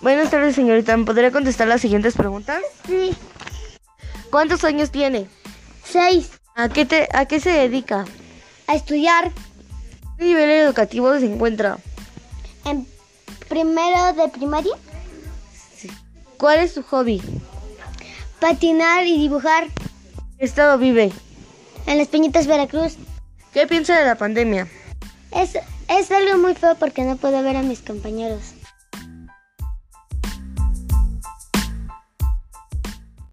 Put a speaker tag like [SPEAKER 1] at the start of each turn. [SPEAKER 1] Buenas tardes, señorita. ¿Me podría contestar las siguientes preguntas?
[SPEAKER 2] Sí,
[SPEAKER 1] ¿Cuántos años tiene?
[SPEAKER 2] seis.
[SPEAKER 1] ¿A qué, te- a qué se dedica?
[SPEAKER 2] A estudiar
[SPEAKER 1] ¿Qué nivel educativo se encuentra?
[SPEAKER 2] en primero de primaria.
[SPEAKER 1] ¿Cuál es su hobby?
[SPEAKER 2] Patinar y dibujar
[SPEAKER 1] ¿Qué estado vive?
[SPEAKER 2] en las Peñitas Veracruz.
[SPEAKER 1] ¿Qué piensa de la pandemia?
[SPEAKER 2] Es, es algo muy feo porque no puedo ver a mis compañeros.